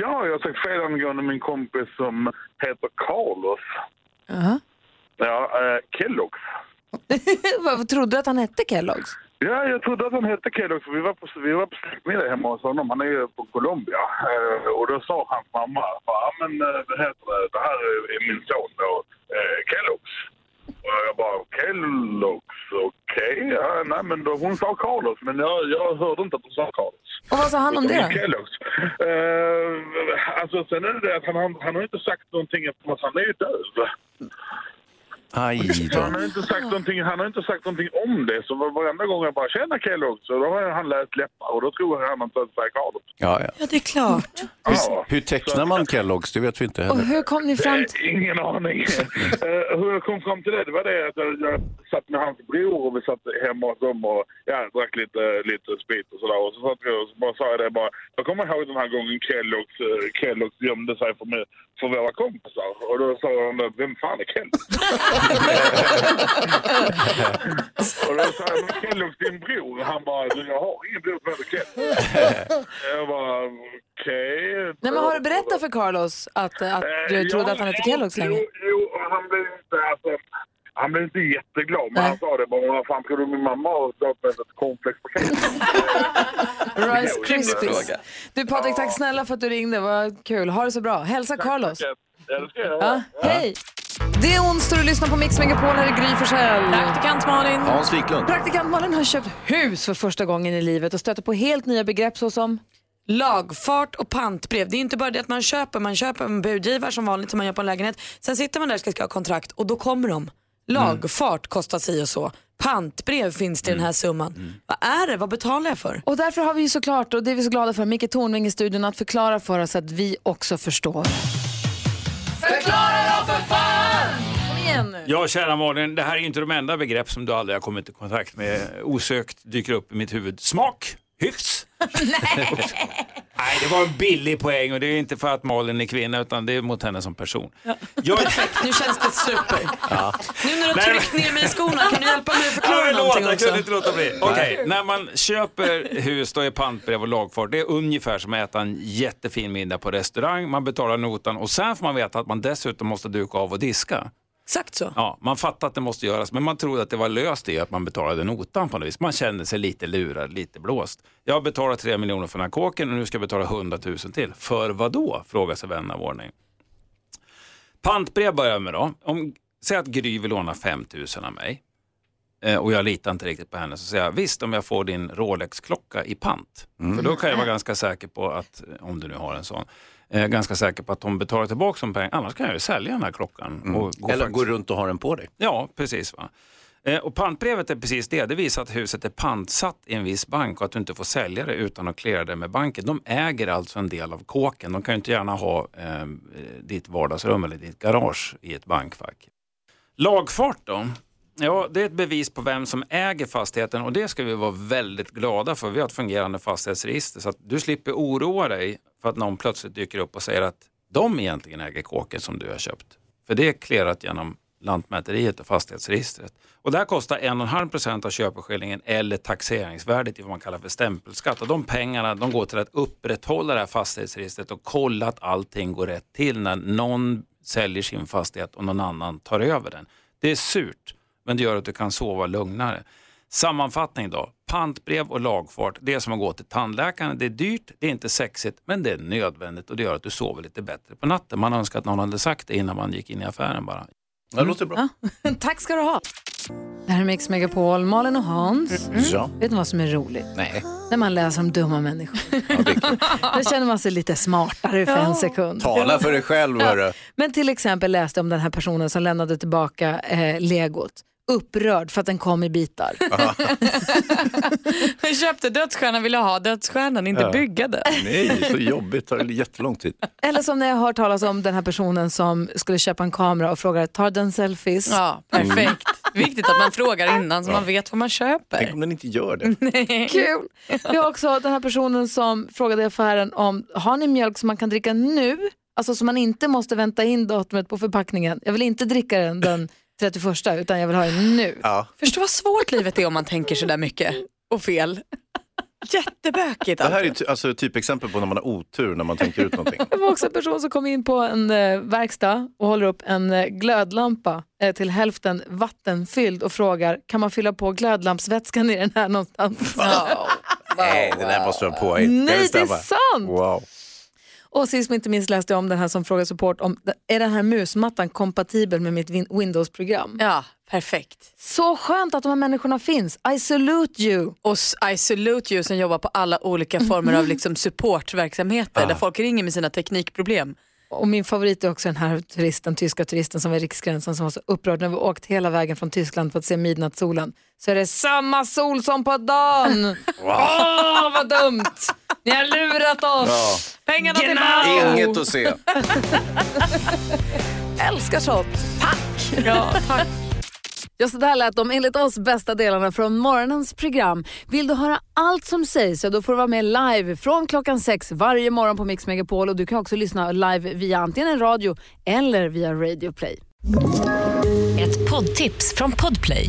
Ja, jag har sagt fel angående min kompis som heter Carlos. Jaha. Ja, eh, Kelloggs. Vad Trodde du att han hette Kelloggs? Ja, jag trodde att han hette Kellogg för vi var på, vi var på släktmiddag hemma hos honom. Han är ju på Colombia. Eh, och då sa hans mamma, ja men eh, vad heter det, det här är är min son då, eh, Kelloggs. Och jag bara, Kelloggs, okej. Ja, nej men då, hon sa Carlos, men jag, jag hörde inte att hon sa Carlos. Och vad sa han om Utan det då? Kelloggs. Eh, alltså sen är det det att han, han, han har inte sagt någonting eftersom att han är ju döv. Aj Så Han har inte sagt någonting, han har inte sagt någonting om det. Så var- varenda gång jag bara känner Kellogg så då har han läst läppar och då tror han att han säger Carlos. Ja, ja. Ja, det är klart. Hur, hur tecknar man Kelloggs? Det vet vi inte heller. kom ni fram till Ingen aning. Eh, hur jag kom fram till det, det var det att jag, jag satt med hans bror och vi satt hemma hos dem och ja, drack lite, lite sprit och sådär. Och så satt vi och så bara sa jag det bara. Jag kommer ihåg den här gången Kelloggs, eh, Kelloggs gömde sig för, mig, för våra kompisar. Och då sa han det, vem fan är Kelloggs? och då sa jag, men Kelloggs din bror? Han bara, "Du, jag har ingen bror som heter Kellogg. jag bara, okej. Nej, men har du berättat för Carlos att, att du Eh, trodde ja, att han hette jo, Kelloggs länge? Jo, jo, och han blev inte, alltså, han blev inte jätteglad, men han sa det bara, vad fan tror du min mamma har döpt mig till ett cornflakes på Rice Krispies. Du Patrik, tack snälla för att du ringde. Vad kul. Ha det så bra. Hälsa Carlos. Ja, hej! Det är onsdag och du lyssnar på Mix Megapol. Här är Gry Forssell. Praktikant Malin. Hans Wiklund. Praktikant Malin har köpt hus för första gången i livet och stöter på helt nya begrepp såsom Lagfart och pantbrev. Det är inte bara det att man köper, man köper en budgivare som vanligt som man gör på en lägenhet. Sen sitter man där och ska skriva kontrakt och då kommer de. Lagfart kostar si och så. Pantbrev finns det i den här summan. Mm. Vad är det? Vad betalar jag för? Och därför har vi ju såklart, och det är vi så glada för, Micke Tornving i studion att förklara för oss att vi också förstår. Förklara då för fan! Kom igen nu. Ja, kära Malin, det här är ju inte de enda begrepp som du aldrig har kommit i kontakt med. Osökt dyker upp i mitt huvud smak, hyfs, Nej, det var en billig poäng och det är inte för att Malin är kvinna utan det är mot henne som person. Jag är... Nu känns det super. Ja. Nu när du har tryckt ner mig i skorna, kan du hjälpa mig att förklara Ja, någonting jag också? kunde inte låta bli. Okej, när man köper hus då är pantbrev och lagfart, det är ungefär som att äta en jättefin middag på restaurang. Man betalar notan och sen får man veta att man dessutom måste duka av och diska. Exakt så. Ja, man fattar att det måste göras, men man trodde att det var löst i att man betalade notan på något vis. Man kände sig lite lurad, lite blåst. Jag har betalat 3 miljoner för den här kåken och nu ska jag betala 100 000 till. För vad då? Frågar sig vän av ordning. Pantbrev börjar jag med då. Om, säg att Gry vill låna 5 000 av mig eh, och jag litar inte riktigt på henne så säger jag visst om jag får din Rolex-klocka i pant. Mm. För då kan jag vara ganska säker på att, om du nu har en sån, eh, ganska säker på att de betalar tillbaka de pengarna. Annars kan jag ju sälja den här klockan. Och gå Mm. Eller faktiskt- gå runt och ha den på dig. Ja, precis. Va? Eh, Och pantbrevet är precis det. Det visar att huset är pantsatt i en viss bank och att du inte får sälja det utan att klära det med banken. De äger alltså en del av kåken. De kan ju inte gärna ha eh, ditt vardagsrum eller ditt garage i ett bankfack. Lagfart då? Ja, det är ett bevis på vem som äger fastigheten och det ska vi vara väldigt glada för. Vi har ett fungerande fastighetsregister så att du slipper oroa dig för att någon plötsligt dyker upp och säger att de egentligen äger kåken som du har köpt. För det är clearat genom Lantmäteriet och fastighetsregistret. Och det här kostar 1,5 procent av köpeskillingen eller taxeringsvärdet i vad man kallar för stämpelskatt. Och de pengarna de går till att upprätthålla det här fastighetsregistret och kolla att allting går rätt till när någon säljer sin fastighet och någon annan tar över den. Det är surt, men det gör att du kan sova lugnare. Sammanfattning då. Pantbrev och lagfart, det är som att gå till tandläkaren. Det är dyrt, det är inte sexigt, men det är nödvändigt och det gör att du sover lite bättre på natten. Man önskar att någon hade sagt det innan man gick in i affären bara. Det låter bra. Tack ska du ha. Det här är Mix Megapol, Malin och Hans. Ja. Vet ni vad som är roligt? Nej. När man läser om dumma människor. Då känner man sig lite smartare för en sekund. Tala för dig själv, hörru. Men till exempel läste jag om den här personen som lämnade tillbaka eh, legot. Upprörd för att den kom i bitar. Men köpte dödsstjärnan, ville ha dödsstjärnan, inte Ja. bygga den. Nej, så jobbigt. Det tar jättelång tid. Eller som när jag har hört talas om den här personen som skulle köpa en kamera och frågar, tar den selfies? Ja, perfekt. Viktigt att man frågar innan så Ja. man vet vad man köper. Tänk om den inte gör det. Kul! Vi har också den här personen som frågade i affären om, har ni mjölk som man kan dricka nu? Alltså som man inte måste vänta in datumet på förpackningen. Jag vill inte dricka den den 31 utan jag vill ha den nu. Ja. Förstå vad svårt livet är om man tänker sådär mycket och fel. Jättebökigt. Det här är ty- alltså, typexempel på när man har otur när man tänker ut någonting. Det var också en person som kom in på en eh, verkstad och håller upp en eh, glödlampa eh, till hälften vattenfylld och frågar kan man fylla på glödlampsvätskan i den här någonstans? Nej, det där måste vara påhitt. Kan Nej, det är stämma? sant. Wow. Och sist men inte minst läste jag om den här som frågar support om är den här musmattan kompatibel med mitt Win- Windows-program? Ja, perfekt. Så skönt att de här människorna finns. I salute you. Och s- I salute you som jobbar på alla olika former av liksom supportverksamheter Ah. där folk ringer med sina teknikproblem. Och min favorit är också den här turisten, tyska turisten som var i Riksgränsen som var så upprörd när vi åkt hela vägen från Tyskland för att se midnattssolen. Så är det samma sol som på dagen. Åh, vad dumt! Ni har lurat oss. Pengarna tillbaka! Inget att se. Älskar sånt. Tack! Ja, tack. Ja, så där lät de enligt oss bästa delarna från morgonens program. Vill du höra allt som sägs så då får du vara med live från klockan sex varje morgon på Mix Megapol och du kan också lyssna live via antingen en radio eller via Radio Play. Ett poddtips från Podplay.